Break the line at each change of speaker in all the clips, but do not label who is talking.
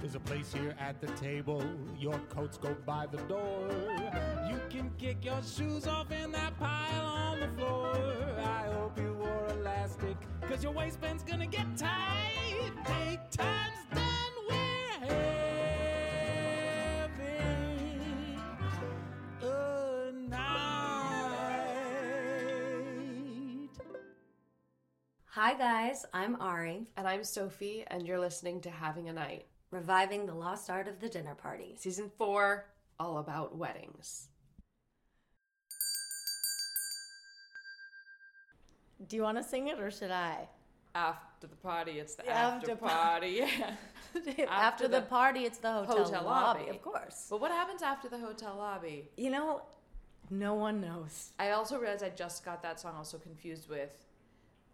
There's a place here at the table. Your coats go by the door. You can kick your shoes off in that pile on the floor. I hope you wore elastic, cause your waistband's gonna get tight. Take time's done, we're having a night.
Hi, guys, I'm Ari,
And I'm Sophie, and you're listening to Having a Night,
reviving the lost art of the dinner party.
Season 4, all about weddings.
Do you want to sing it or should I?
After the party, it's the
after
after, party.
After,
the
the, party, it's the hotel,
hotel
lobby,
lobby.
of course.
but what happens after the hotel lobby?
You know, no one knows.
I also realized I just got that song also confused with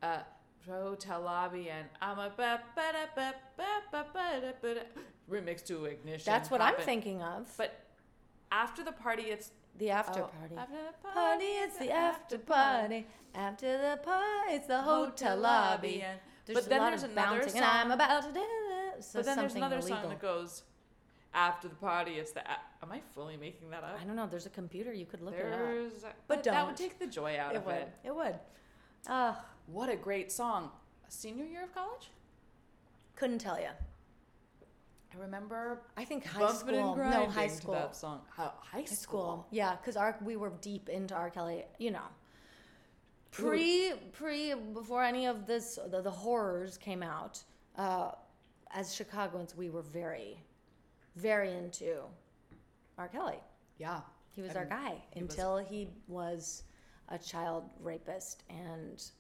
uh, Hotel Lobby and I'm a ba ba da ba ba ba ba da ba da. remix to ignition.
That's what I'm
Pop it.
thinking of.
But after the party, it's
the after
oh,
party.
After the
Party, it's the after party. After the party, it's the hotel lobby.
and-
There's
but then
a lot
there's
of
another
bouncing,
song-
And I'm about to do it. So
but then there's
something
another
illegal.
song that goes after the party. It's the a- am I fully making that up?
I don't know. There's a computer. You could look it up.
There's
But
that
don't.
would take the joy out of
would.
it.
It would. Ah, Ugh,
What a great song! Senior year of college,
couldn't tell you.
I remember
I think high
bumping and
school.
grinding
No, high
to
school.
that song. Hi- high
High
school.
school. Yeah, because our we were deep into R. Kelly. You know, pre pre before any of this the, the horrors came out. Uh, as Chicagoans, we were very, very into R. Kelly.
Yeah,
He was
I
our
mean,
guy
was-
until he was a child rapist and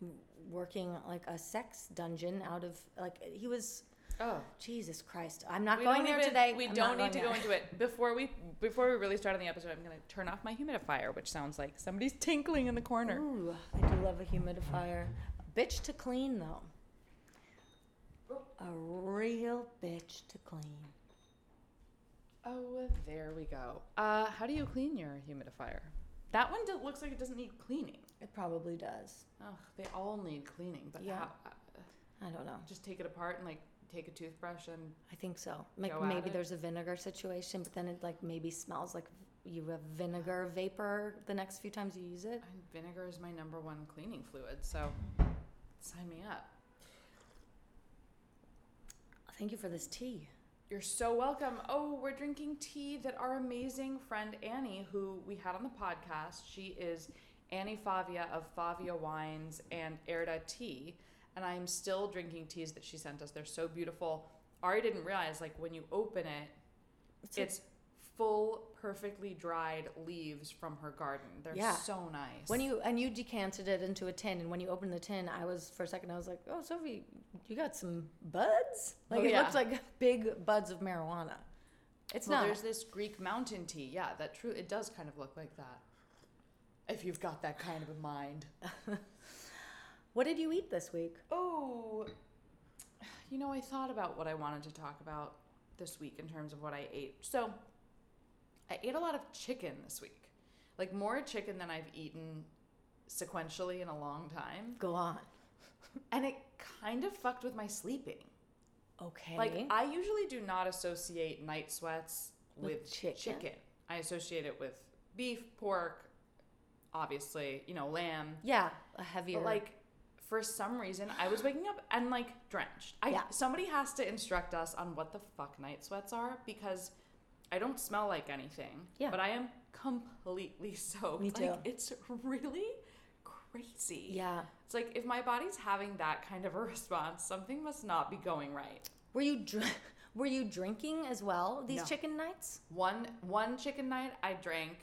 w- working like a sex dungeon out of like he was.
Oh.
Jesus Christ! I'm not
We
going
don't
there
even-
today.
We
I'm
don't
not
need to
going
go
there.
into it before we before we really start on the episode. I'm going to turn off my humidifier, which sounds like somebody's tinkling in the corner.
Ooh, I do love a humidifier. Bitch to clean though. A real bitch to clean.
Oh, there we go. Uh, how do you clean your humidifier? That one do- looks like it doesn't need cleaning.
It probably does.
Ugh, they all need cleaning, but
Yeah.
yeah,
I don't know.
just take it apart and like take a toothbrush and
I think so. Like
Go at
maybe
it.
there's a vinegar situation, but then it like maybe smells like you have vinegar vapor the next few times you use it.
and vinegar is my number one cleaning fluid, so sign me up.
Thank you for this tea.
You're so welcome. Oh, we're drinking tea that our amazing friend Annie, who we had on the podcast, she is Annie Favia of Favia Wines and Erda Tea. And I'm still drinking teas that she sent us. They're so beautiful. Ari didn't realize, like, when you open it, it's,
a-
full, perfectly dried leaves from her garden. They're
Yeah.
so nice.
When you and you decanted it into a tin, and when you opened the tin, I was for a second I was like, "Oh, Sophie, you got some buds." Like
Oh,
it
yeah.
looked like big buds of marijuana. It's
well,
not.
there's this Greek mountain tea. Yeah, that true. It does kind of look like that. If you've got that kind of a mind.
What did you eat this week?
Oh, you know, I thought about what I wanted to talk about this week in terms of what I ate. So, I ate a lot of chicken this week, like more chicken than I've eaten sequentially in a long time.
Go on.
And it kind of fucked with my sleeping.
Okay.
Like, I usually do not associate night sweats with,
With chicken.
I associate it with beef, pork, obviously, you know, lamb.
yeah, a heavier.
But like for some reason, I was waking up and like drenched. I
Yeah.
somebody has to instruct us on what the fuck night sweats are because I don't smell like anything.
Yeah.
But I am completely soaked.
Me
Like
too.
it's really crazy.
yeah.
It's like if my body's having that kind of a response, something must not be going right.
Were you dr- were you drinking as well these
No.
chicken nights?
One one chicken night I drank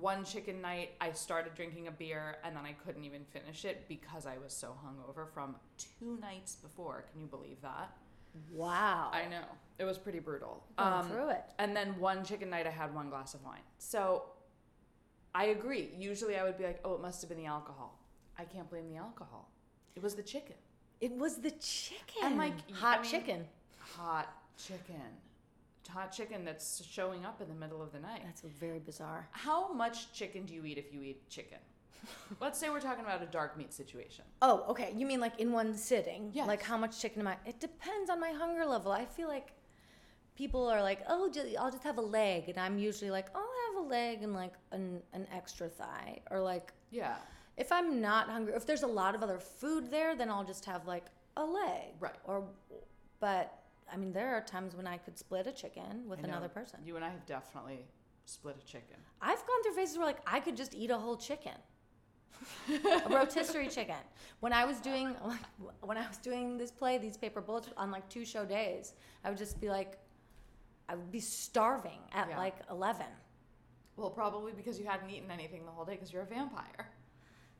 one chicken night I started drinking a beer and then I couldn't even finish it because I was so hungover from two nights before. Can you believe that?
Wow.
I know. It was pretty brutal. Um,
Going through it.
And then one chicken night I had one glass of wine. So I agree. Usually I would be like, "Oh, it must have been the alcohol." I can't blame the alcohol. It was the chicken.
It was the chicken.
And, like, y-
hot
I mean-
chicken.
Hot chicken. Hot chicken that's showing up in the middle of the night.
That's very bizarre.
How much chicken do you eat if you eat chicken? Let's say we're talking about a dark meat situation.
Oh, okay. You mean like in one sitting?
Yes.
Like how much chicken am I? It depends on my hunger level. I feel like people are like, oh, ju- I'll just have a leg, and I'm usually like, I'll have a leg and like an an extra thigh, or like
Yeah.
if I'm not hungry, if there's a lot of other food there, then I'll just have like a leg,
Right.
Or, but I mean, there are times when I could split a chicken with
I know.
another person.
You and I have definitely split a chicken.
I've gone through phases where like I could just eat a whole chicken. a rotisserie chicken. When I was doing when I was doing this play, these paper bullets on like two show days, I would just be like I would be starving at
Yeah.
like 11.
Well, probably because you hadn't eaten anything the whole day because you're a vampire.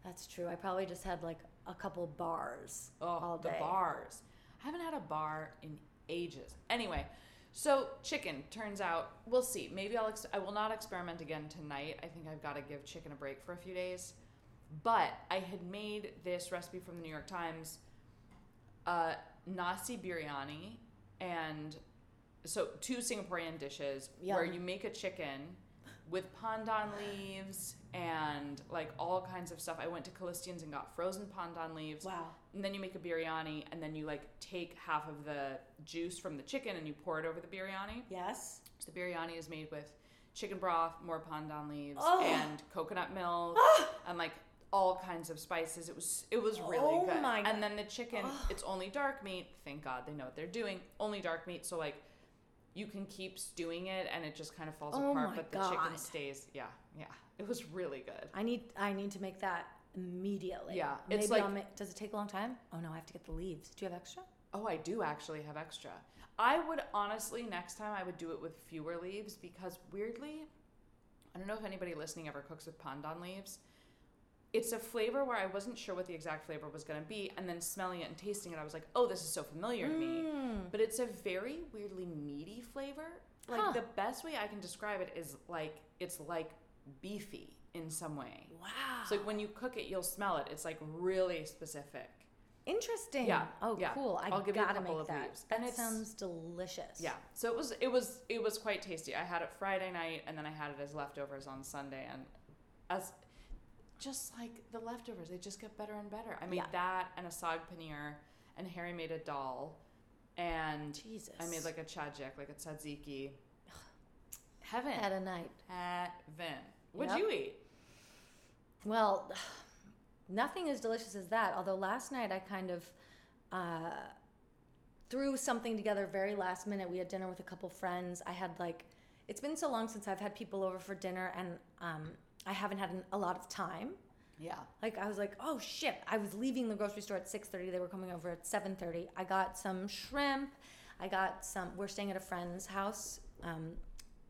That's true. I probably just had like a couple bars
Oh,
all day.
the bars. I haven't had a bar in ages. Anyway, so chicken turns out we'll see. Maybe I'll ex- I will not experiment again tonight. I think I've got to give chicken a break for a few days. But I had made this recipe from the New York Times, uh, nasi biryani, and so two Singaporean dishes where
Yum.
you make a chicken with pandan leaves and like all kinds of stuff. I went to Callistians and got frozen pandan leaves
Wow.
and then you make a biryani and then you like take half of the juice from the chicken and you pour it over the biryani
Yes.
so the biryani is made with chicken broth more pandan leaves
Oh. Ah.
and coconut milk and like all kinds of spices it was it was really
Oh
good
my Ah.
and then the chicken it's only dark meat thank god they know what they're doing only dark meat so like you can keep stewing it and it just kind of falls
Oh
apart
my
but the chicken
God.
stays yeah yeah it was really good
I need I need to make that immediately.
Yeah,
Maybe
it's
I'll
like-
make, does it take a long time? Oh no, I have to get the leaves. Do you have extra?
Oh, I do actually have extra. I would honestly, next time I would do it with fewer leaves because weirdly, I don't know if anybody listening ever cooks with pandan leaves. It's a flavor where I wasn't sure what the exact flavor was going to be, and then smelling it and tasting it, I was like, oh, this is so familiar to
Mm.
me. But it's a very weirdly meaty flavor. Like,
Huh.
the best way I can describe it is like, it's like beefy in some way.
Wow.
It's like when you cook it, you'll smell it. It's like really specific.
Interesting.
Yeah,
Oh,
yeah.
cool. I
I'll give you a
gotta
couple
make
of
that.
leaves.
That
And it's-
sounds delicious.
Yeah. So it was it was it was quite tasty. I had it Friday night and then I had it as leftovers on Sunday and as just like the leftovers, they just get better and better. I made
Yeah.
that and a sag paneer and Harry made a dal and
Jesus.
I made like a chajik, like a tzatziki. Heaven.
at a night.
Heaven. What'd
Yep.
you eat?
Well, nothing as delicious as that. Although last night I kind of uh, threw something together very last minute. We had dinner with a couple friends. I had like, it's been so long since I've had people over for dinner, and um, I haven't had an, a lot of time.
Yeah.
Like I was like, oh shit! I was leaving the grocery store at six thirty. They were coming over at seven thirty. I got some shrimp. I got some. We're staying at a friend's house. Um,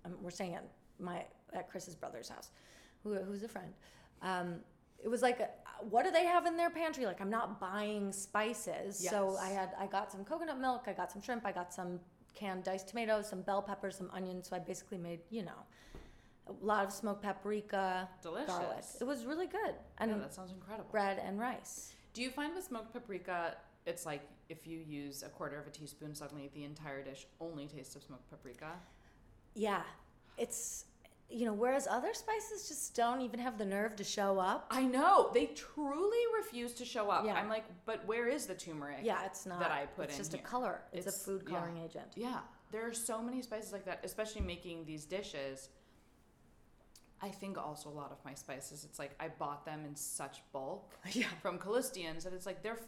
um, we're staying at my at Chris's brother's house, who, who's a friend. Um, it was like, uh, what do they have in their pantry? Like I'm not buying spices, so
Yes.
I had I got some coconut milk. I got some shrimp. I got some canned diced tomatoes, some bell peppers, some onions. So I basically made you know. A lot of smoked paprika, garlic.
Delicious.
It was really good, and
Yeah, Oh, that sounds incredible.
bread and rice.
Do you find with smoked paprika, it's like if you use a quarter of a teaspoon, suddenly the entire dish only tastes of smoked paprika?
Yeah, it's you know whereas other spices just don't even have the nerve to show up.
I know they truly refuse to show up.
Yeah.
I'm like, but where is the turmeric?
Yeah, it's not
that I put
It's
in
just a
here.
color. It's,
It's-
a food
yeah.
coloring agent.
Yeah, there are so many spices like that, especially making these dishes. I think also a lot of my spices. It's like I bought them in such bulk
Yeah,
from Callistians that it's like they're f-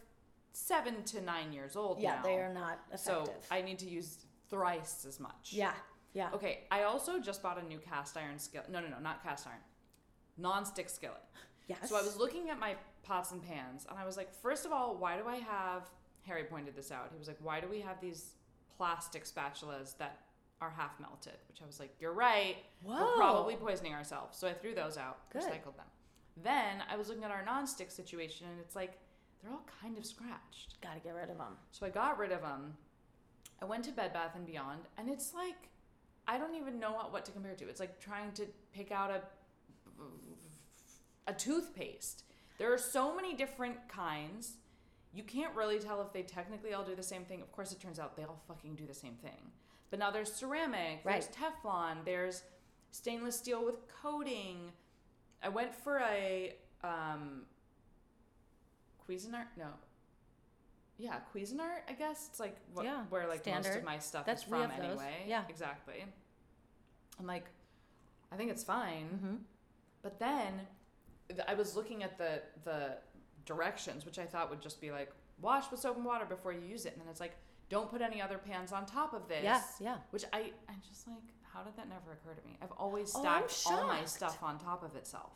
seven to nine years old.
yeah,
now.
they are not effective.
So I need to use thrice as much.
yeah, yeah.
Okay, I also just bought a new cast iron skillet. No, no, no, not cast iron. Non-stick skillet.
Yes.
So I was looking at my pots and pans, and I was like, first of all, why do I have? Harry pointed this out. He was like, why do we have these plastic spatulas that are half melted? Which I was like, you're right.
Whoa.
We're probably poisoning ourselves. So I threw those out,
Good.
recycled them. Then I was looking at our non-stick situation, and it's like they're all kind of scratched.
gotta get rid of them.
So I got rid of them. I went to Bed Bath and Beyond, and it's like I don't even know what, what to compare it to. It's like trying to pick out a a toothpaste. There are so many different kinds. You can't really tell if they technically all do the same thing. Of course, it turns out they all fucking do the same thing. But now there's ceramic, there's
Right.
Teflon, there's stainless steel with coating. I went for a uh, um, Cuisinart. No, yeah, Cuisinart. I guess it's like what,
Yeah,
where like most
standard.
of my stuff
That's-
is
we
from
have those.
anyway.
Yeah.
exactly. I'm like, I think it's fine.
Mhm.
But then th- I was looking at the the directions, which I thought would just be like wash with soap and water before you use it, and then it's like don't put any other pans on top of this.
Yeah, yeah.
Which I I'm just like, how did that never occur to me? I've always
Oh, I'm
stacked all my
shocked.
stuff on top of itself.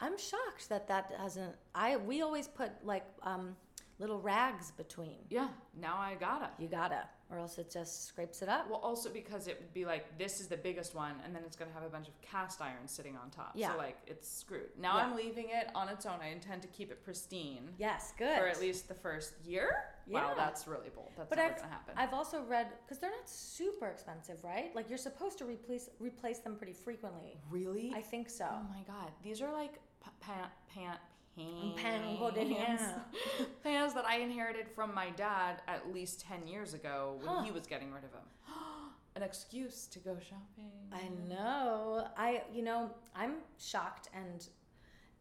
I'm shocked that that hasn't. I we always put like um, little rags between.
Yeah, now I gotta.
You gotta, or else it just scrapes it up.
Well, also because it would be like this is the biggest one, and then it's gonna have a bunch of cast iron sitting on top.
Yeah.
So like it's screwed. Now
Yeah.
I'm leaving it on its own. I intend to keep it pristine
Yes, good.
for at least the first year. Wow,
Yeah.
that's really bold. That's
But
never
I've
gonna happen.
I've also read because they're not super expensive, right? Like you're supposed to replace replace them pretty frequently.
really?
I think so.
oh my god, these are like p- pant pant pants.
Pangolins.
pants that I inherited from my dad at least ten years ago when
Huh.
he was getting rid of them. An excuse to go shopping.
I know. I you know, I'm shocked and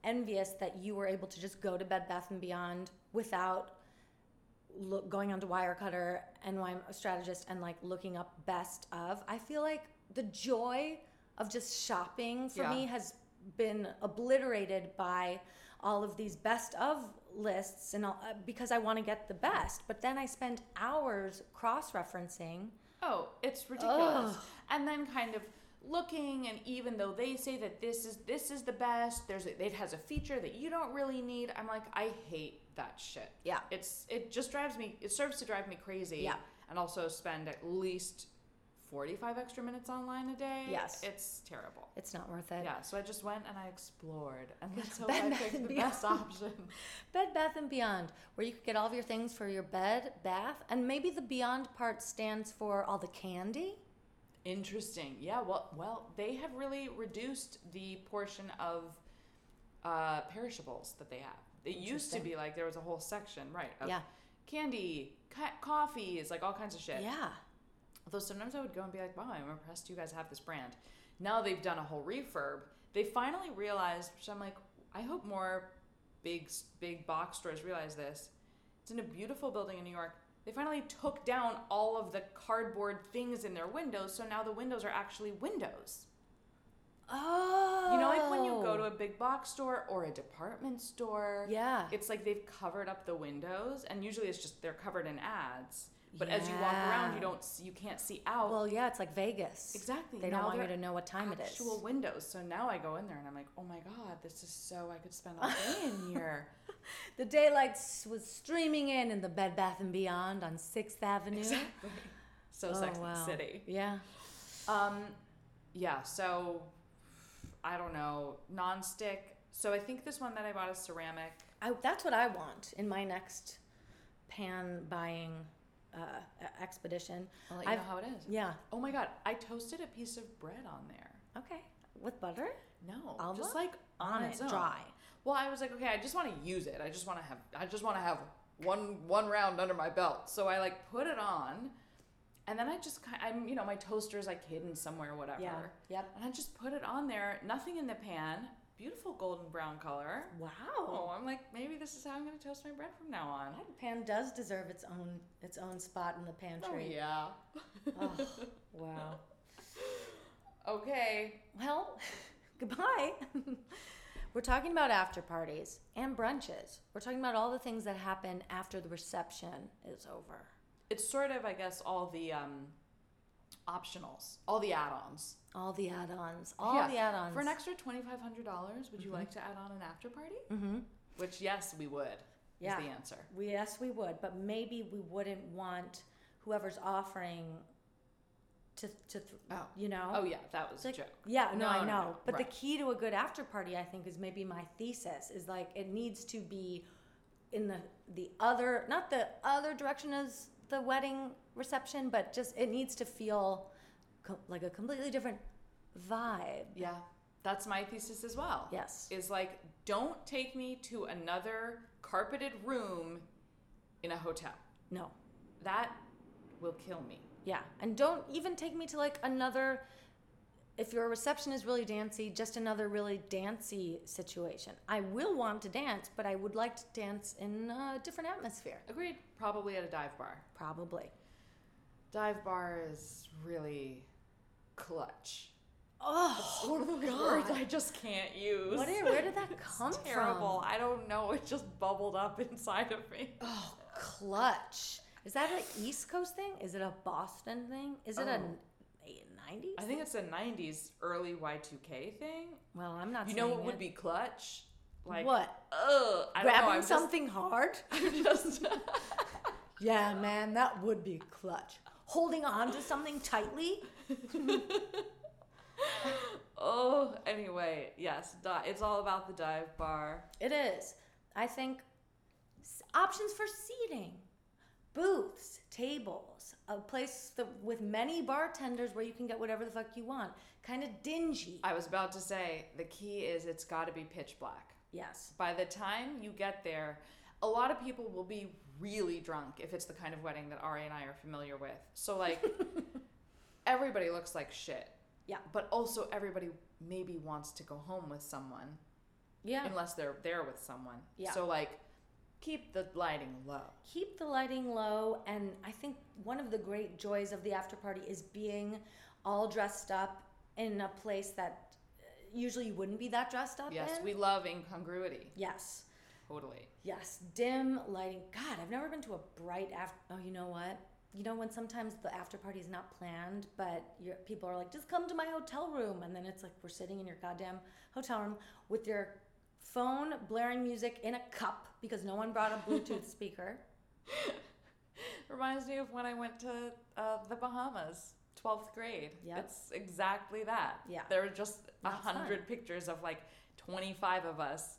envious that you were able to just go to Bed Bath and Beyond without look, going onto Wirecutter and why I'm a strategist and like looking up best of. I feel like the joy of just shopping for
Yeah.
me has been obliterated by all of these best of lists and all, uh, because I want to get the best, but then I spend hours cross referencing.
Oh, it's ridiculous.
Ugh.
And then kind of looking and even though they say that this is this is the best, there's a, it has a feature that you don't really need. I'm like, I hate that shit.
Yeah.
It's it just drives me it serves to drive me crazy.
Yeah.
And also spend at least 45 extra minutes online a day.
Yes.
It's terrible.
It's not worth it.
Yeah, so I just went and I explored and that's how
Bed
I
Bath
picked
and
the
Beyond.
best option.
Bed Bath and Beyond, where you could get all of your things for your bed, bath, and maybe the Beyond part stands for all the candy.
Interesting. Yeah. Well, well, they have really reduced the portion of uh, perishables that they have. It used to
Interesting.
be like there was a whole section, right? Of
Yeah.
Candy, ca- coffees, like all kinds of shit.
Yeah.
Although sometimes I would go and be like, "Wow, I'm impressed you guys have this brand." Now they've done a whole refurb. They finally realized, which I'm like, I hope more big s- big box stores realize this. It's in a beautiful building in New York. They finally took down all of the cardboard things in their windows, so now the windows are actually windows.
Oh.
You know, like when you go to a big box store or a department store.
Yeah.
It's like they've covered up the windows, and usually it's just they're covered in ads. But as you walk around,
Yeah.
you don't see, you can't see out.
Well, yeah, it's like Vegas.
Exactly.
They don't
Now
want you
they're
to know what time it is.
actual windows. So now I go in there and I'm like, oh my god, this is so I could spend all day in here.
The daylight s- was streaming in in the Bed Bath and Beyond on Sixth Avenue.
So
Oh,
Sex and the
wow.
City.
Yeah.
Um, yeah. So I don't know nonstick. So I think this one that I bought is ceramic.
I, that's what I want in my next pan buying uh, e- expedition.
I'll let you
I've-
know how it is.
Yeah.
Oh my god, I toasted a piece of bread on there.
Okay. With butter?
No,
Alma?
just like on,
it,
its own.
dry.
Well, I was like, okay, I just want to use it. I just want to have. I just want to have one one round under my belt. So I like put it on, and then I just ki- I'm you know my toaster is like hidden somewhere or whatever.
Yeah. Yep.
And I just put it on there. Nothing in the pan. Beautiful golden brown color.
Wow.
Oh, I'm like maybe this is how I'm gonna toast my bread from now on.
Pan does deserve its own its own spot in the
Oh
pantry.
yeah.
Ugh, wow.
Okay.
Well, goodbye. We're talking about after parties and brunches. We're talking about all the things that happen after the reception is over.
It's sort of I guess all the um, optionals, all the add-ons.
All the add-ons. All
Yeah.
the add-ons. Mm-hmm.
For an extra twenty five hundred dollars, would you like to add on an after party? Mm-hmm. Which yes, we would.
Yeah.
Is the answer.
we, yes, we would, but maybe we wouldn't want whoever's offering to to th-
Oh.
you know.
Oh yeah, that
It's
was
like-
a joke.
Yeah, no,
No,
I
no,
know.
no,
But
right.
the key to a good after party, I think, is maybe my thesis is like it needs to be in the the other, not the other direction as the wedding reception, but just it needs to feel co- like a completely different vibe.
Yeah. That's my thesis as well.
Yes.
Is like don't take me to another carpeted room in a hotel.
No.
That will kill me.
Yeah, and don't even take me to like another if your reception is really dancey, just another really dancey situation. I will want to dance, but I would like to dance in a different atmosphere,
Agreed. Probably at a dive bar.
probably.
Dive bar is really clutch.
Oh,
One of the words I just can't use.
what? Where did that come
It's terrible. I don't know. It just bubbled up inside of me.
from? Oh, clutch. Is that an East Coast thing? Is it a Boston thing? Is it a
Oh.
nineties?
I think it's a '90s early Y2K thing.
Well, I'm not.
You know
saying
what would
it.
be clutch? Like
what?
Ugh. I don't know.
Grabbing
I'm
something hard?
Just, I'm just
Yeah, man, that would be clutch. Holding on to something tightly?
oh, anyway, yes, di- it's all about the dive bar.
It is. I think s- options for seating, booths, tables, a place that, with many bartenders where you can get whatever the fuck you want. Kind of dingy.
I was about to say the key is it's got to be pitch black.
yes.
By the time you get there, a lot of people will be really drunk if it's the kind of wedding that Ari and I are familiar with. So like everybody looks like shit.
Yeah.
But also everybody maybe wants to go home with someone
Yeah.
unless they're there with someone.
Yeah.
So like keep the lighting low.
keep the lighting low and i think one of the great joys of the after party is being all dressed up in a place that uh, usually you wouldn't be that dressed up
Yes,
in.
we love incongruity.
yes
Totally.
yes dim lighting god i've never been to a bright after oh you know what you know when sometimes the after party is not planned but your people are like just come to my hotel room and then it's like we're sitting in your goddamn hotel room with your phone blaring music in a cup because no one brought a bluetooth speaker
Reminds me of when I went to uh, the Bahamas, 12th grade.
Yep.
It's exactly that.
Yeah.
There were just a
Not fun.
hundred pictures of like 25 of us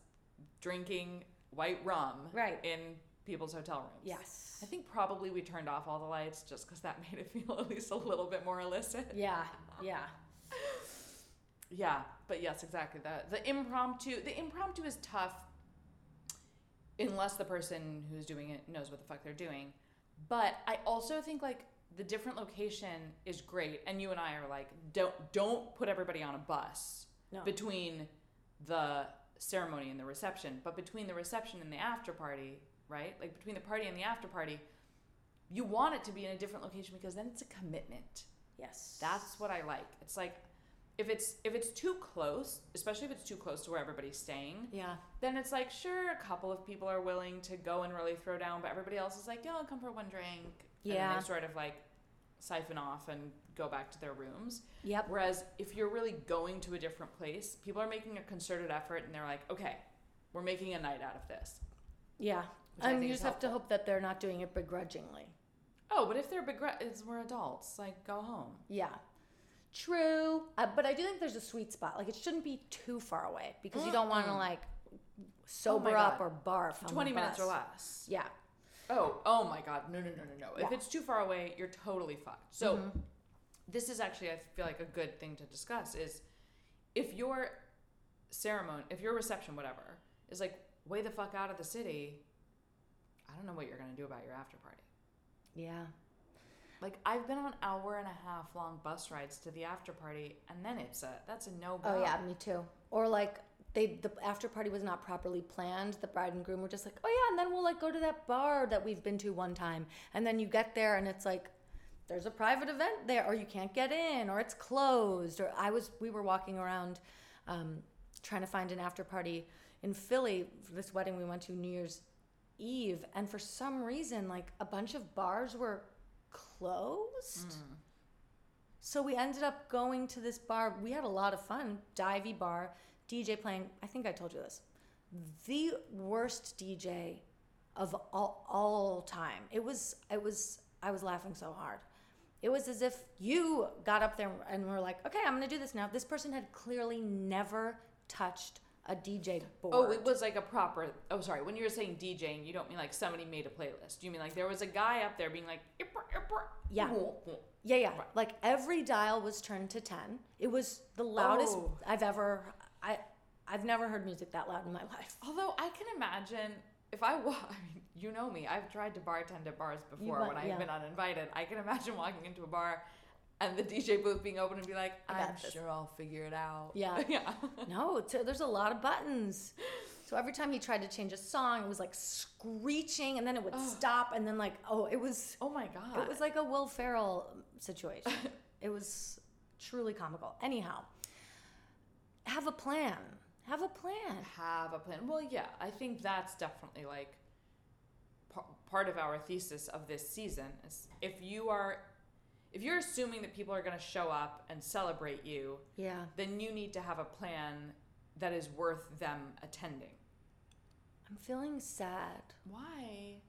drinking white rum
Right.
in people's hotel rooms.
yes
I think probably we turned off all the lights just because that made it feel at least a little bit more illicit.
yeah yeah
Yeah, but yes, exactly that. The impromptu, the impromptu is tough unless the person who's doing it knows what the fuck they're doing. But I also think like the different location is great and you and I are like don't don't put everybody on a bus
No.
between the ceremony and the reception, but between the reception and the after party, right? Like between the party and the after party, you want it to be in a different location because then it's a commitment.
Yes.
That's what I like. It's like if it's if it's too close, especially if it's too close to where everybody's staying,
yeah.
then it's like sure a couple of people are willing to go and really throw down, but everybody else is like, yeah, I'll come for one drink. And then
Yeah.
they sort of like siphon off and go back to their rooms.
Yep.
Whereas if you're really going to a different place, people are making a concerted effort and they're like, okay, we're making a night out of this.
Yeah.
Which I
And
think
you
is
just have to hope that they're not doing it begrudgingly.
Oh, but if they're begre- it's we're adults, like go home.
Yeah. True. Uh, but I do think there's a sweet spot. Like it shouldn't be too far away because you don't want to like sober up or
Oh God.
barf. on the
20 minutes or
bus.
less.
Yeah.
Oh, oh my God! No, no, no, no, no! If
Yeah. Mm-hmm.
it's too far away, you're totally fucked. So, this is actually, I feel like, a good thing to discuss is if your ceremony, if your reception, whatever, is like way the fuck out of the city. I don't know what you're gonna do about your after party.
Yeah.
Like, I've been on hour and a half long bus rides to the after party, and then it's a that's a no go.
Oh yeah, me too. Or like they the after party was not properly planned. The bride and groom were just like, "Oh yeah, and then we'll like go to that bar that we've been to one time." And then you get there and it's like there's a private event there or you can't get in or it's closed or I was we were walking around um, trying to find an after party in Philly for this wedding we went to New Year's Eve and for some reason like a bunch of bars were closed. So we ended up going to this bar. We had a lot of fun. Divey bar, DJ playing. I think I told you this. The worst DJ of all, all time. It was it was I was laughing so hard. It was as if you got up there and were like, "Okay, I'm going to do this now." This person had clearly never touched a DJ board.
Oh, it was like a proper. Oh, sorry. When you were saying DJing, you don't mean like somebody made a playlist. You mean like there was a guy up there being like,
Yeah. Yeah, yeah. Like every dial was turned to ten. It was the loudest
Oh.
I've ever I I've never heard music that loud in my life.
Although I can imagine if I wa I mean, you know me, I've tried to bartend at bars before
wa-
when I've
yeah.
been uninvited. I can imagine walking into a bar and the DJ booth being open and be like,
I got
I'm
this."
sure I'll figure it out.
Yeah.
yeah.
No, t- there's a lot of buttons. So every time he tried to change a song, it was like screeching, and then it would stop, and then like, oh, it was
Oh my god.
it was like a Will Ferrell situation. it was truly comical. Anyhow, have a plan. Have a plan.
have a plan. Well, yeah, I think that's definitely like p- part of our thesis of this season is if you are if you're assuming that people are going to show up and celebrate you,
Yeah.
then you need to have a plan that is worth them attending.
I'm feeling sad
Why?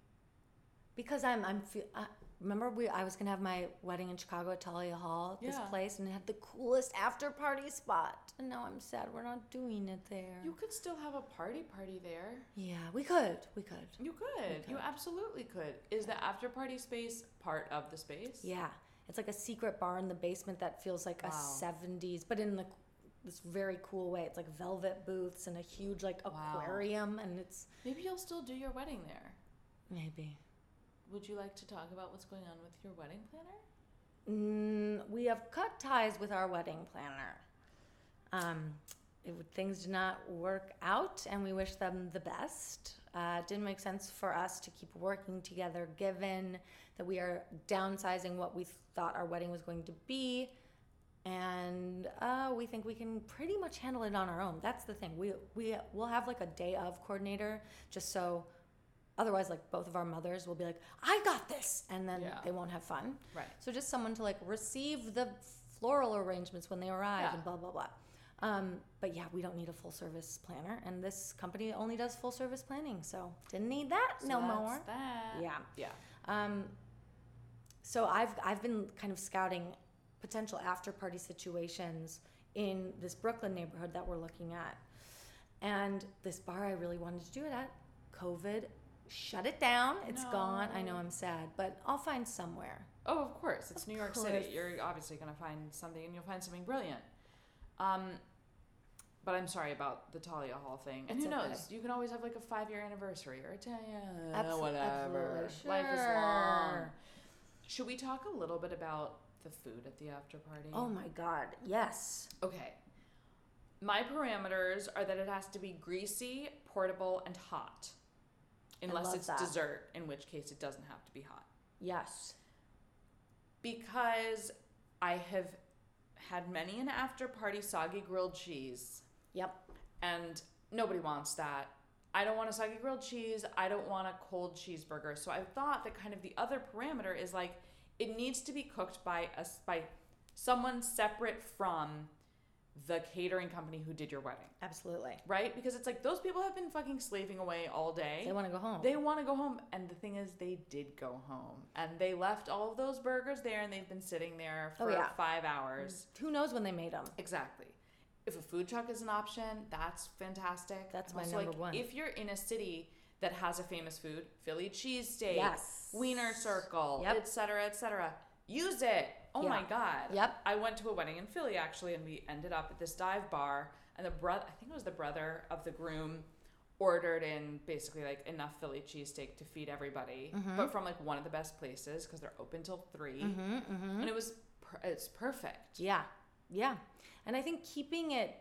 because I'm I'm feel. I, Remember, we I was gonna have my wedding in Chicago at Talia Hall, this
Yeah.
place, and it had the coolest after party spot. And now I'm sad we're not doing it there.
You could still have a party party there.
yeah, we could, we could.
You could. You
could.
absolutely could. Is the after party space part of the space?
Yeah, it's like a secret bar in the basement that feels like
Wow.
a '70s, but in the this very cool way. It's like velvet booths and a huge like
Wow.
aquarium, and it's
Maybe you'll still do your wedding there.
maybe.
Would you like to talk about what's going on with your wedding planner?
Mm, we have cut ties with our wedding planner. Um, it, would- things did not work out, and we wish them the best. Uh, it didn't make sense for us to keep working together, given that we are downsizing what we thought our wedding was going to be, and uh, we think we can pretty much handle it on our own. That's the thing. We we will have like a day of coordinator, just so. Otherwise, like both of our mothers will be like, "I got this," and then
Yeah.
they won't have fun.
Right.
So just someone to like receive the floral arrangements when they arrive
Yeah.
and blah blah blah. Um, but yeah, we don't need a full service planner, and this company only does full service planning, so didn't need that
So
no
that's
more.
That.
Yeah.
Yeah.
Um, so I've I've been kind of scouting potential after party situations in this Brooklyn neighborhood that we're looking at, and this bar I really wanted to do it at. COVID shut it down. It's gone. I know
No.
I'm sad, but I'll find somewhere.
Oh, of course. It's
Of
New York
course.
City. You're obviously going to find something and you'll find something brilliant. Um, but I'm sorry about the Talia Hall thing. And
It's
who
okay.
knows? You can always have like a five year anniversary or a 10 year,
Absol-
whatever.
absolutely.
Life is long.
Sure.
Should we talk a little bit about the food at the after party?
Oh my god, yes.
Okay. My parameters are that it has to be greasy, portable, and hot. Unless
love
it's
that.
dessert, in which case it doesn't have to be hot.
Yes.
because I have had many an after party soggy grilled cheese,
Yep.
and nobody wants that. I don't want a soggy grilled cheese. I don't want a cold cheeseburger. So I thought that kind of the other parameter is like it needs to be cooked by us by someone separate from the catering company who did your wedding,
Absolutely.
right? Because it's like those people have been fucking slaving away all day.
They want to go home.
They want to go home, and the thing is, they did go home, and they left all of those burgers there, and they've been sitting there
Oh,
for
yeah. Mm.
five hours.
Who knows when they made them?
Exactly. If a food truck is an option, that's fantastic.
That's
And
my
also,
number
like,
one.
If you're in a city that has a famous food, Philly cheesesteak,
Yes.
Wiener Circle,
Yep.
etc., et cetera, et cetera, use it. Oh my
Yeah.
God.
Yep.
I went to a wedding in Philly actually, and we ended up at this dive bar, and the brother, I think it was the brother of the groom, ordered in basically like enough Philly cheesesteak to feed everybody,
Mm-hmm.
but from like one of the best places because they're open till 3
mm-hmm.
and it was per- it's perfect.
Yeah. Yeah. And I think keeping it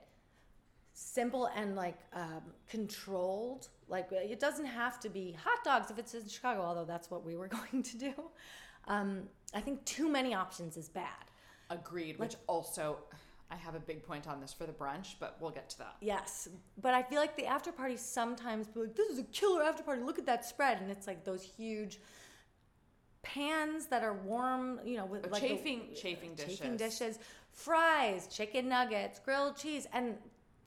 simple and like um, controlled, like it doesn't have to be hot dogs if it's in Chicago, although that's what we were going to do. Um, I think too many options is bad.
Agreed. Which also, I have a big point on this for the brunch, but we'll get to that.
Yes, but I feel like the after party sometimes be like, "This is a killer after party. Look at that spread," and it's like those huge pans that are warm, you know, with
Or
like the-
Oh, chafing- chafing
chafing
dishes.
dishes, fries, chicken nuggets, grilled cheese, and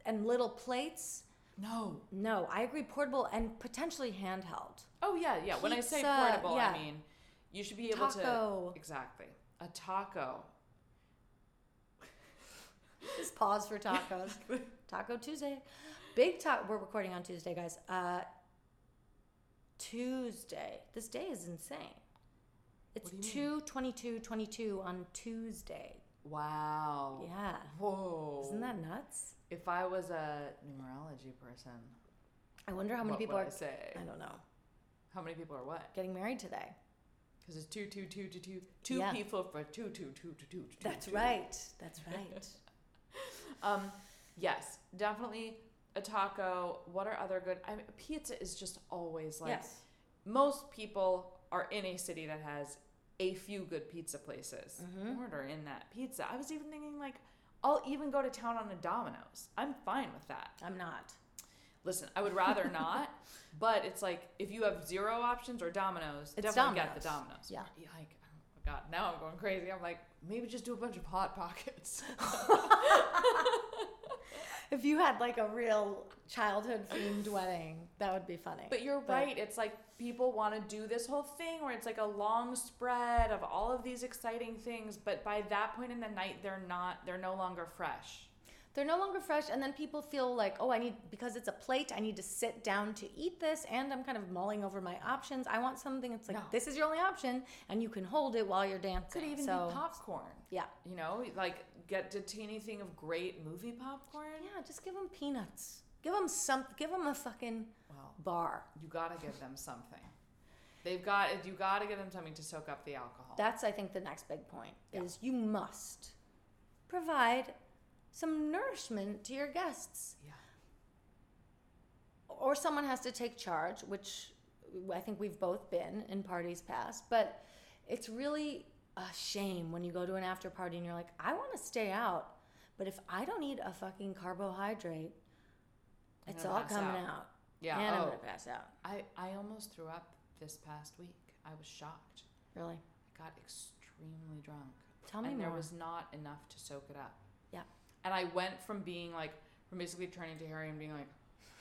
and little plates.
No.
No, I agree. Portable and potentially handheld.
Oh yeah, yeah. When I say
Pizza,
portable,
yeah.
I mean you should be able
Taco.
to exactly a taco.
Just pause for tacos. Taco Tuesday, big taco. We're recording on Tuesday, guys. Uh, Tuesday. This day is insane. It's
What do
2
you
22 22 on Tuesday.
Wow.
Yeah.
Whoa.
Isn't that nuts?
If I was a numerology person,
I wonder how many
what
people
would
are.
I say?
I don't know.
How many people are what?
Getting married today.
because it's two, two, two, two, two, two
Yeah.
people for two, two, two, two, two.
That's
two.
right. That's right.
Um, yes, definitely a taco. What are other good? I mean, pizza is just always like
yes.
most people are in a city that has a few good pizza places.
Mm-hmm.
Order in that pizza. I was even thinking like I'll even go to town on a Domino's. I'm fine with that.
I'm not.
Listen, I would rather not, but it's like if you have zero options or Domino's,
It's
definitely get the
Domino's.
Domino's.
Yeah.
Like, oh my god, now I'm going crazy. I'm like, maybe just do a bunch of hot pockets.
If you had like a real childhood themed wedding, that would be funny.
But you're right. It's like people want to do this whole thing where it's like a long spread of all of these exciting things, but by that point in the night, they're not. They're no longer fresh.
They're no longer fresh, and then people feel like, oh, I need because it's a plate. I need to sit down to eat this, and I'm kind of mulling over my options. I want something that's like
No.
this is your only option, and you can hold it while you're dancing.
Could even
so,
be popcorn.
Yeah,
You know, like get a teeny thing of great movie popcorn.
yeah. Just give them peanuts. Give them some. Give them a fucking
Well,
bar.
you gotta give them something. They've got. You gotta give them something to soak up the alcohol.
That's I think the next big point is you must provide some nourishment to your guests.
yeah.
or someone has to take charge, which I think we've both been in parties past, but it's really a shame when you go to an after party and you're like, I want to stay out, but if I don't eat a fucking carbohydrate,
I'm
it's
gonna
all
pass
coming
out.
out.
Yeah.
And I'm
oh,
going to pass out.
I I almost threw up this past week. I was shocked.
Really?
I got extremely drunk.
Tell me
and
more.
there was not enough to soak it up.
Yeah.
And I went from being like, from basically turning to Harry and being like,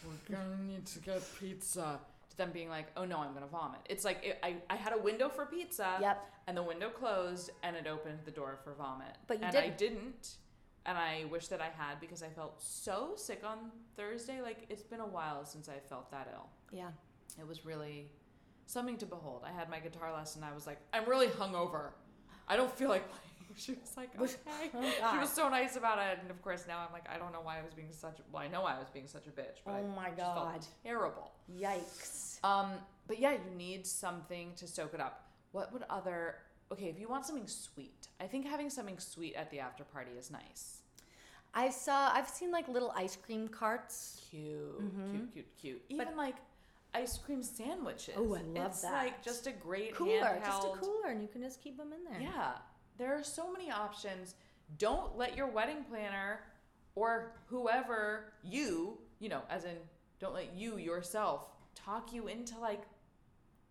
we're gonna need to get pizza, to them being like, oh no, I'm gonna vomit. It's like it, I, I had a window for pizza,
Yep.
and the window closed, and it opened the door for vomit.
But you
and I
didn't.
didn't. And I wish that I had because I felt so sick on Thursday. Like it's been a while since I felt that ill
Yeah.
it was really something to behold. I had my guitar lesson. I was like, I'm really hungover. I don't feel like playing. She was like, okay.
Oh,
she
God.
was so nice about it. And of course, now I'm like, I don't know why I was being such. Well, I know I was being such a bitch, but I
Oh, my
just
God.
felt terrible.
Yikes.
Um, but yeah, you need something to soak it up. What would other? Okay, if you want something sweet, I think having something sweet at the after party is nice.
I saw, I've seen like little ice cream carts.
cute,
Mm-hmm.
cute, cute, cute. Even like ice cream sandwiches.
Oh, I love
it's
that.
like just a great
Cooler,
handheld.
just a cooler, and you can just keep them in there.
Yeah, there are so many options. Don't let your wedding planner or whoever you, you know, as in, don't let you yourself talk you into like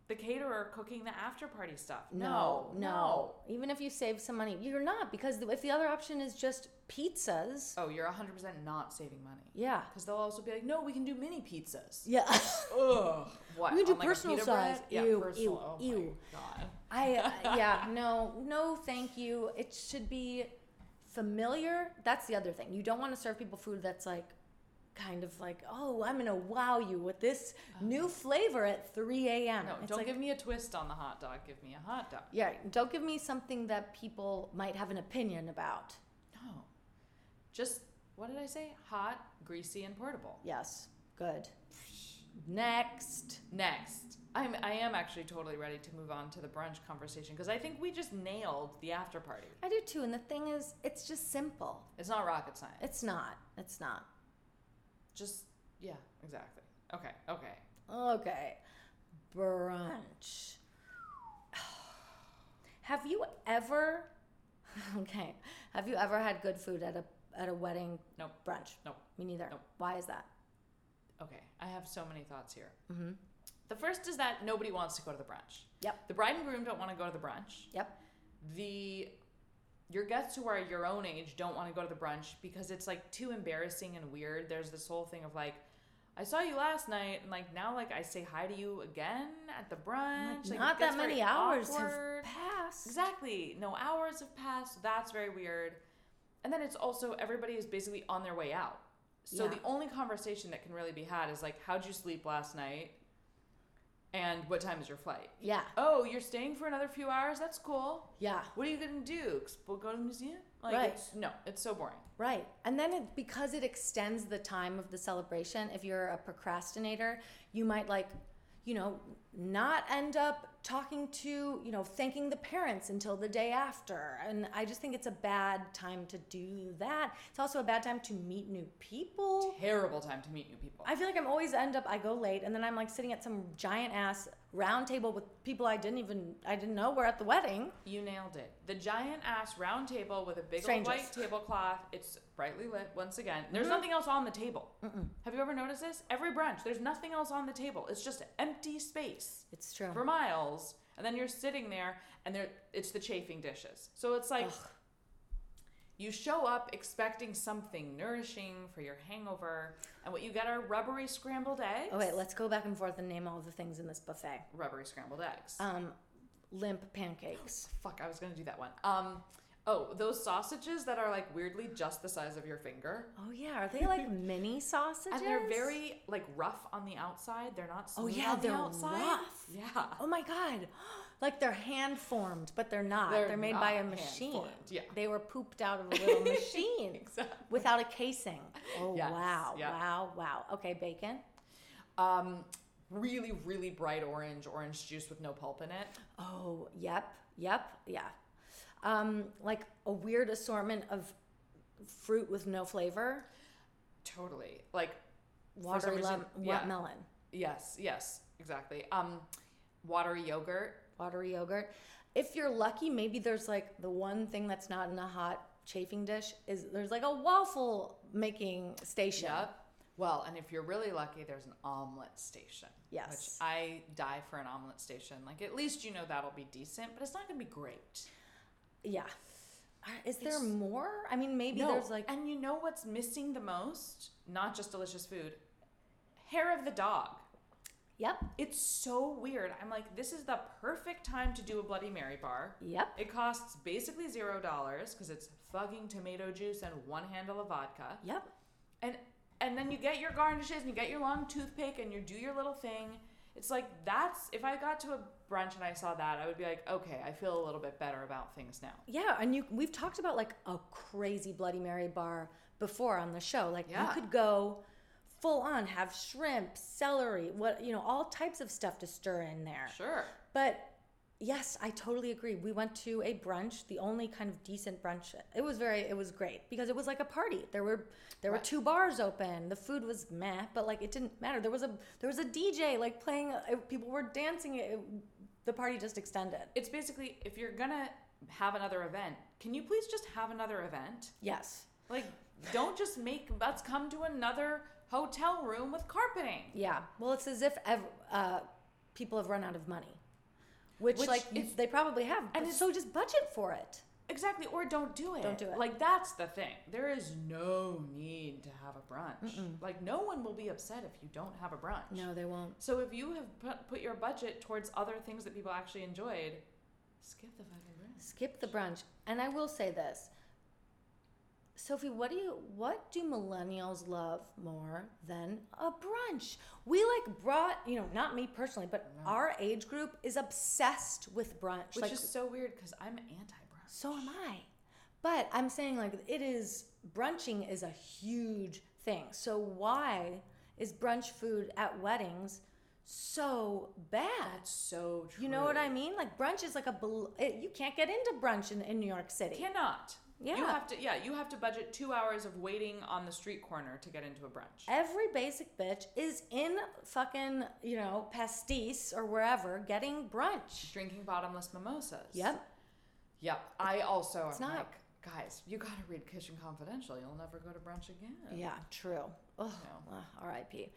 the caterer cooking the after party stuff.
No,
no. no.
no. Even if you save some money, you're not because the, if the other option is just pizzas,
Oh, you're 100% not saving money.
yeah,
Because they'll also be like, no, we can do mini pizzas.
yeah.
Ugh. What?
We do
on, like, a
personal
pita
size.
bread? Yeah,
Ew,
personal.
ew,
oh
ew.
My God.
I uh, yeah, no, no, thank you. It should be familiar. That's the other thing. You don't want to serve people food that's like kind of like, oh, I'm gonna wow you with this new flavor at 3 a.m.
Oh. No,
It's
don't
like,
give me a twist on the hot dog. Give me a hot dog.
yeah, don't give me something that people might have an opinion about.
No. Just, what did I say? Hot, greasy, and portable.
Yes, good. Next.
Next. I'm, I am actually totally ready to move on to the brunch conversation because I think we just nailed the after party.
I do too, and the thing is, it's just simple.
It's not rocket science.
It's not. It's not.
Just, yeah, exactly. Okay, okay.
Okay. Brunch. Have you ever Okay. Have you ever had good food at a at a wedding
Nope.
brunch?
Nope.
Me neither.
Nope.
Why is that?
Okay, I have so many thoughts here. Mm-hmm. The first is that nobody wants to go to the brunch.
Yep.
The bride and groom don't want to go to the brunch.
Yep.
the your guests who are your own age don't want to go to the brunch because it's like too embarrassing and weird. There's this whole thing of like, I saw you last night, and like now like I say hi to you again at the brunch. Like, it
Not
gets
that many
very
hours have
awkward.
passed.
Exactly. No hours have passed. That's very weird. And then it's also everybody is basically on their way out. So
Yeah.
the only conversation that can really be had is like, how'd you sleep last night? And what time is your flight?
Yeah.
Oh, you're staying for another few hours? That's cool
Yeah.
what are you gonna do? Ex- Go to the museum? Like,
Right.
it's, no, it's so boring.
Right. And then it, because it extends the time of the celebration, if you're a procrastinator, you might like, you know, not end up talking to, you know, thanking the parents until the day after. And I just think it's a bad time to do that. It's also a bad time to meet new people.
Terrible time to meet new people.
I feel like I'm always end up I go late and then I'm like sitting at some giant ass round table with people I didn't even I didn't know were at the wedding.
You nailed it. The giant ass round table with a big old
Strangers. Mm-hmm.
white tablecloth. It's brightly lit once again. There's nothing else on the table. Have you ever noticed this? Every brunch, there's nothing else on the table. It's just empty space
It's true.
for miles. And then you're sitting there and there it's the chafing dishes. So it's like you show up expecting something nourishing for your hangover and what you get are rubbery scrambled eggs.
Oh wait, let's go back and forth and name all the things in this buffet.
rubbery scrambled eggs.
Um limp pancakes.
Fuck, I was gonna do that one. Um, oh, those sausages that are like weirdly just the size of your finger,
Oh yeah, are they like mini sausages?
and they're very like rough on the outside. They're not.
Oh,
Smooth
yeah,
on the
they're
outside.
rough.
Yeah,
Oh my god. Like they're hand formed, but they're not. They're,
They're
made by a
not
machine.
hand-formed, yeah.
They were pooped out of a little machine
exactly.
without a casing. Oh
Yes,
wow.
yeah.
Wow, wow. Okay, bacon.
Um, really, really bright orange, orange juice with no pulp in it.
Oh, yep, yep, yeah. Um, like a weird assortment of fruit with no flavor.
Totally, like for some
Watery
reason-
lem-
yeah.
melon,
Yes, yes, exactly. Um, watery yogurt.
watery yogurt. If you're lucky, maybe there's like the one thing that's not in a hot chafing dish is there's like a waffle making station.
Yep. Well, and if you're really lucky, there's an omelet station. Which
Yes.
I die for an omelet station. Like at least you know that'll be decent, but it's not gonna be great.
Yeah. Are- Is there more? I mean, maybe there's like
and you know what's missing the most? Not just delicious food. Hair of the dog.
yep,
It's so weird. I'm like, this is the perfect time to do a Bloody Mary bar.
yep.
It costs basically zero dollars because it's fucking tomato juice and one handle of vodka.
Yep.
and and then you get your garnishes and you get your long toothpick and you do your little thing it's like that's if i got to a brunch and i saw that i would be like okay i feel a little bit better about things now
Yeah, and you we've talked about like a crazy Bloody Mary bar before on the show. Like you
Yeah.
could go full on, have shrimp, celery, what you know, all types of stuff to stir in there.
sure
But yes, I totally agree. We went to a brunch, the only kind of decent brunch. It was very it was great because it was like a party. There were there were
Right.
two bars open. The food was meh, but like it didn't matter. There was a there was a DJ like playing it, people were dancing it, the party just extended.
it's basically if you're gonna have another event can you please just have another event
Yes.
like don't just make let's come to another hotel room with carpeting
Yeah. Well, it's as if ev- uh, people have run out of money, which,
Which
like you-
it's-
they probably have.
and
And
it's-
so just budget for it.
Exactly, or don't do it.
Don't do it.
Like that's the thing. There is no need to have a brunch. Like no one will be upset if you don't have a brunch.
they won't.
So if you have put, put your budget towards other things that people actually enjoyed, skip the fucking brunch.
Skip the brunch. And I will say this, Sophie. What do you? What do millennials love more than a brunch? We like brought you know not me personally, but our age group is obsessed with brunch.
Which
like,
is so weird because I'm anti-brunch.
So am I. But I'm saying like it is brunching is a huge thing. So why is brunch food at weddings so bad?
That's so true.
you know what I mean? Like brunch is like a bel- it, you can't get into brunch in, in New York City.
Cannot. You
Yeah.
have to. Yeah, you have to budget two hours of waiting on the street corner to get into a brunch.
Every basic bitch is in fucking, you know, pastis or wherever getting brunch.
Drinking bottomless mimosas.
Yep.
Yep. I also
It's
am
not-
like, guys, you gotta read Kitchen Confidential. You'll never go to brunch again.
Yeah, true. Ugh,
No.
ugh, R.I.P.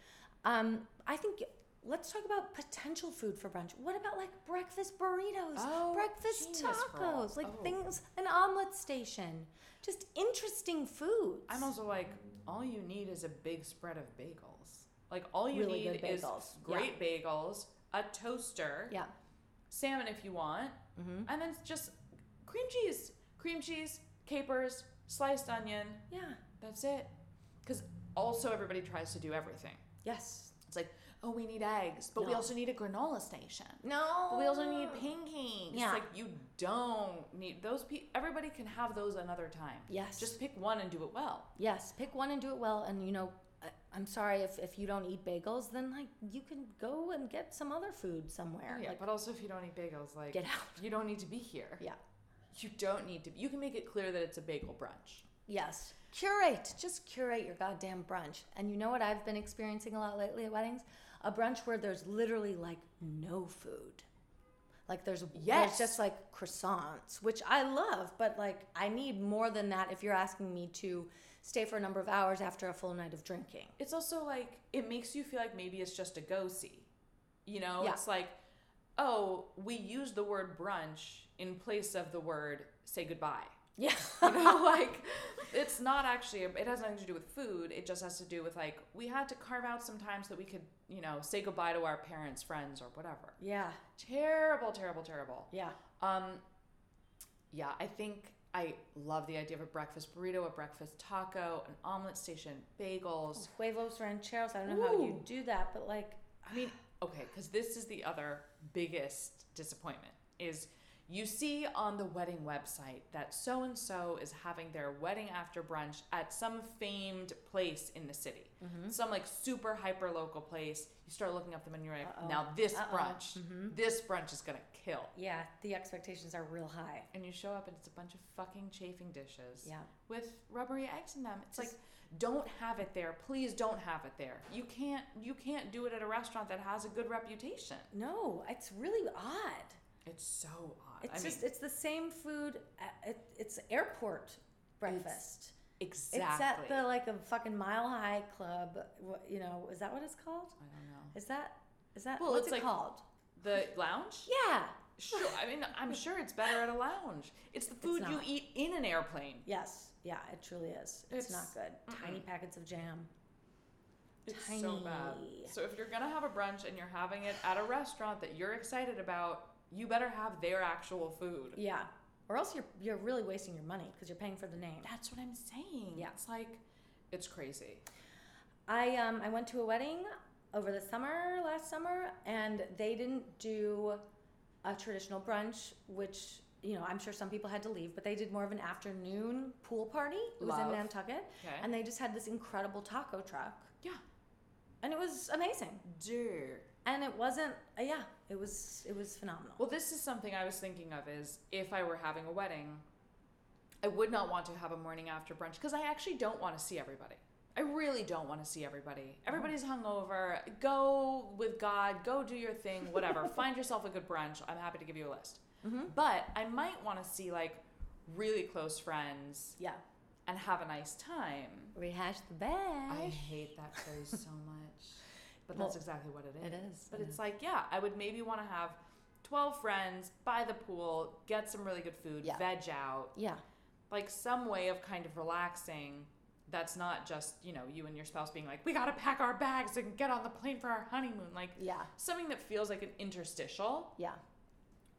Um, I think let's talk about potential food for brunch. What about like breakfast burritos,
Oh,
breakfast
genius
tacos,
girl.
like
Oh.
things, an omelet station, just interesting foods.
I'm also like, all you need is a big spread of bagels. Like all you
Really
need
good
is
bagels.
great bagels, a toaster,
yeah, Mm-hmm.
salmon if you want, and then just cream cheese, cream cheese, capers, sliced onion.
yeah,
That's it. Because also everybody tries to do everything.
yes.
It's like, oh, we need eggs, but we
No.
also need a granola station.
No,
But we also need pancakes.
Yeah.
It's like you don't need those. Pe- everybody can have those another time.
Yes.
Just pick one and do it well.
Yes, pick one and do it well, and you know, I- I'm sorry if, if you don't eat bagels, then like you can go and get some other food somewhere.
Yeah,
like,
but also if you don't eat bagels, like
Get out.
you don't need to be here.
yeah.
You don't need to. You can make it clear that it's a bagel brunch.
Yes. Curate. Just curate your goddamn brunch. And you know what I've been experiencing a lot lately at weddings? A brunch where there's literally like no food. Like there's
Yes.
there's just like croissants, which I love, but like I need more than that if you're asking me to stay for a number of hours after a full night of drinking.
It's also like it makes you feel like maybe it's just a go see. You know,
Yeah.
it's like, oh, we use the word brunch in place of the word say goodbye.
Yeah.
You know, like it's not actually. It has nothing to do with food. It just has to do with like we had to carve out some time so that we could, you know, say goodbye to our parents, friends, or whatever.
yeah.
Terrible, terrible, terrible.
Yeah.
Um, yeah, I think I love the idea of a breakfast burrito, a breakfast taco, an omelet station, bagels.
Huevos rancheros. I don't know how you
Ooh.
do that, but like
I mean, okay, because this is the other biggest disappointment is you see on the wedding website that so and so is having their wedding after brunch at some famed place in the city,
Mm-hmm.
some like super hyper local place. You start looking up them and you're like, now this
Uh-oh. Mm-hmm.
brunch, this brunch is gonna kill.
yeah, the expectations are real high.
and you show up and it's a bunch of fucking chafing dishes
Yeah.
with rubbery eggs in them it's
Just-
like don't have it there please don't have it there you can't you can't do it at a restaurant that has a good reputation
No, it's really odd.
it's so odd
It's
I
just
mean,
it's the same food. at- It, it's airport breakfast. It's
exactly
at the like a fucking Mile High Club. wh- You know, is that what it's called?
i don't know
Is that is that
Well,
what's
it's
it
like-
called?
the lounge
Yeah.
sure i mean i'm sure it's better at a lounge it's the food you
not.
eat in an airplane
Yes. Yeah. It truly is. It's, not
It's-
good. Tiny packets of jam.
It's so bad.
Tiny.
So if you're gonna have a brunch and you're having it at a restaurant that you're excited about, you better have their actual food.
Yeah. Or else you're you're really wasting your money because you're paying for the name.
That's what I'm saying.
Yeah.
It's like, it's crazy.
I um I went to a wedding over the summer last summer and they didn't do a traditional brunch which you know I'm sure some people had to leave but they did more of an afternoon pool party it was in
Love.
Nantucket
Okay.
and they just had this incredible taco truck
Yeah.
and it was amazing
Dude.
and it wasn't uh, yeah it was it was phenomenal
Well, this is something I was thinking of is if I were having a wedding, I would not want to have a morning after brunch because I actually don't want to see everybody. I really don't want to see everybody. Everybody's hungover. Go with God. Go do your thing. Whatever. Find yourself a good brunch. I'm happy to give you a list.
Mm-hmm.
But I might want to see like really close friends
yeah
and have a nice time.
rehash the bag
I hate that phrase so much. But
Well,
that's exactly what it is.
it is,
But
I
it's like, yeah, I would maybe want to have 12 friends by the pool, get some really good food,
Yeah.
veg out,
yeah
like some way of kind of relaxing that's not just, you know, you and your spouse being like, we got to pack our bags and get on the plane for our honeymoon. Like
yeah
something that feels like an interstitial,
yeah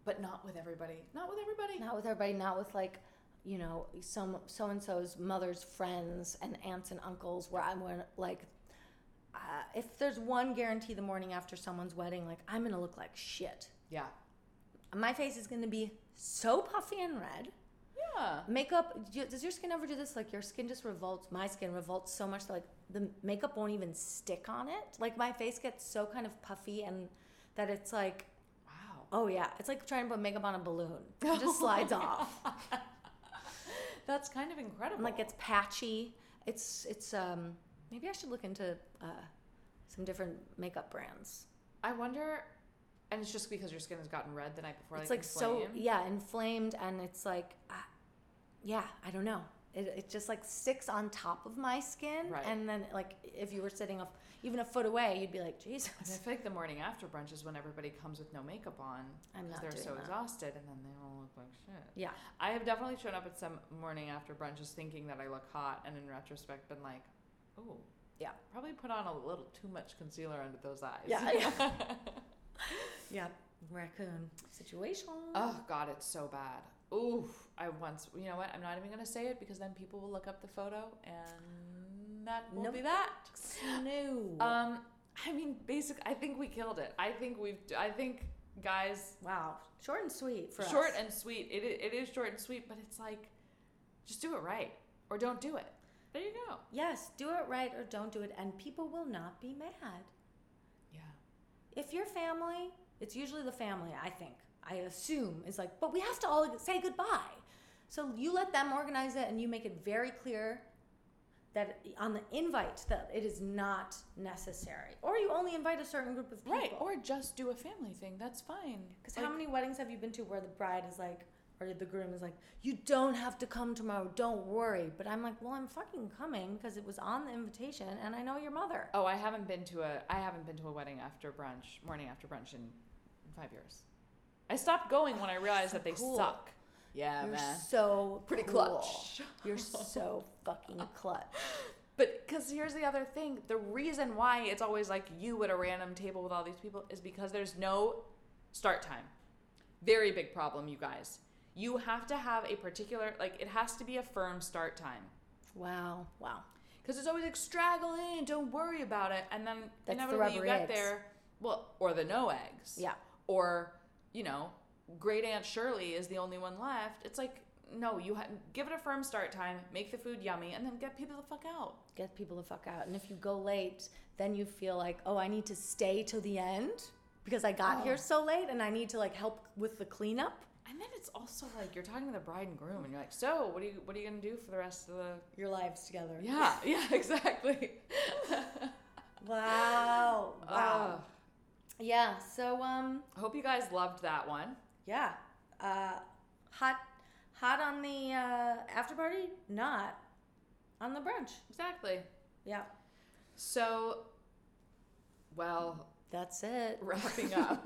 but not with everybody. Not with everybody.
not with everybody not with like you know some so and so's mother's friends and aunts and uncles where i'm gonna, like uh, if there's one guarantee the morning after someone's wedding like i'm gonna look like shit
Yeah.
my face is gonna be so puffy and red
Yeah.
makeup do you- does your skin ever do this like your skin just revolts my skin revolts so much that like the makeup won't even stick on it like my face gets so kind of puffy and that it's like
Wow.
oh yeah it's like trying to put makeup on a balloon it just slides off
That's kind of incredible.
and like it's patchy. It's it's um maybe I should look into uh, some different makeup brands.
I wonder, and it's just because your skin has gotten red the night before.
it's like so e
inflamed?
yeah, inflamed, and it's like uh, yeah, I don't know. It, it just like sticks on top of my skin,
Right.
and then like if you were sitting up even a foot away, you'd be like
I, mean, I
Jesus.
feel like the morning after brunch is when everybody comes with no makeup on
I'm
because
not
they're
doing
so
that.
exhausted, and then they all look like shit.
Yeah,
I have definitely shown up at some morning after brunches thinking that I look hot, and in retrospect, been like, oh.
Yeah.
Probably put on a little too much concealer under those eyes.
Yeah, yeah. yeah, raccoon situation.
oh God, it's so bad. Oof. I once. You know what? I'm not even gonna say it because then people will look up the photo, and that will
Nope.
be that.
no.
Um, I mean, basic. I think we killed it. I think we've. I think guys,
wow, short and sweet for
short
us.
and sweet. It i- it is short and sweet, but it's like, just do it right or don't do it. There you go.
Yes, do it right or don't do it, and people will not be mad.
Yeah.
If your family, it's usually the family, I think, I assume, is like, but we have to all say goodbye. So you let them organize it and you make it very clear that on the invite that it is not necessary. Or you only invite a certain group of people.
Right. Or just do a family thing. That's fine.
Because
Like,
how many weddings have you been to where the bride is like, or the groom is like, you don't have to come tomorrow, don't worry. But I'm like, well, I'm fucking coming because it was on the invitation and I know your mother.
Oh, I haven't been to a I haven't been to a wedding after brunch, morning after brunch in, in five years. I stopped going when I realized that they
cool.
suck. Yeah,
You're
man.
so
Pretty
cool.
clutch.
You're so fucking clutch.
But because here's the other thing, the reason why it's always like you at a random table with all these people is because there's no start time. Very big problem, you guys. You have to have a particular like it has to be a firm start time
Wow. Wow.
because it's always like straggle in, don't worry about it, and then
That's the
inevitably you
rubber
get
eggs.
there. Well, or the no eggs.
Yeah.
Or you know, great aunt Shirley is the only one left. It's like no, you ha- give it a firm start time, make the food yummy, and then get people the fuck out.
Get people the fuck out. And if you go late, then you feel like, oh, I need to stay till the end because I got here so late and I need to like help with the cleanup.
And then it's also like you're talking to the bride and groom, and you're like, "So, what are you what are you gonna do for the rest of the?"
Your lives together.
Yeah, yeah, exactly.
Wow. Wow.
Ugh.
yeah. So um
I hope you guys loved that one.
yeah. Uh hot hot on the uh after party, not on the brunch.
Exactly.
Yeah.
So, well,
That's it.
wrapping up.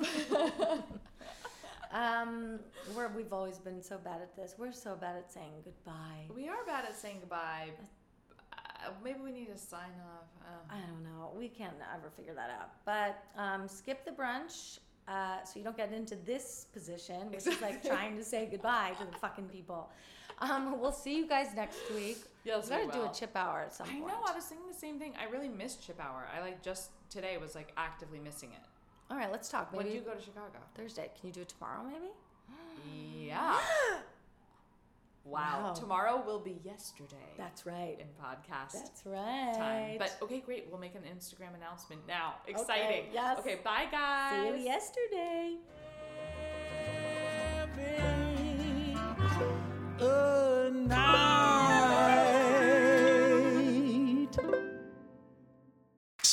Um we're we've always been so bad at this. We're so bad at saying goodbye.
We are bad at saying goodbye. Uh, maybe we need to sign off. Uh,
I don't know. We can't ever figure that out. But um, skip the brunch uh, so you don't get into this position, which is like trying to say goodbye to the fucking people. Um, we'll see you guys next week.
Yes,
we
we
gotta do
will.
a chip hour at some
I
point.
know. I was thinking the same thing. I really missed Chip Hour. I like just today was like actively missing it.
All right, let's talk.
When
Maybe
do you go to Chicago?
Thursday. Can you do it tomorrow? Maybe.
Yeah. wow.
Wow.
Tomorrow will be yesterday
That's right.
in podcast
That's right.
time. But okay, great. We'll make an Instagram announcement now. Exciting.
yes.
Okay, bye guys.
see you yesterday.
a night.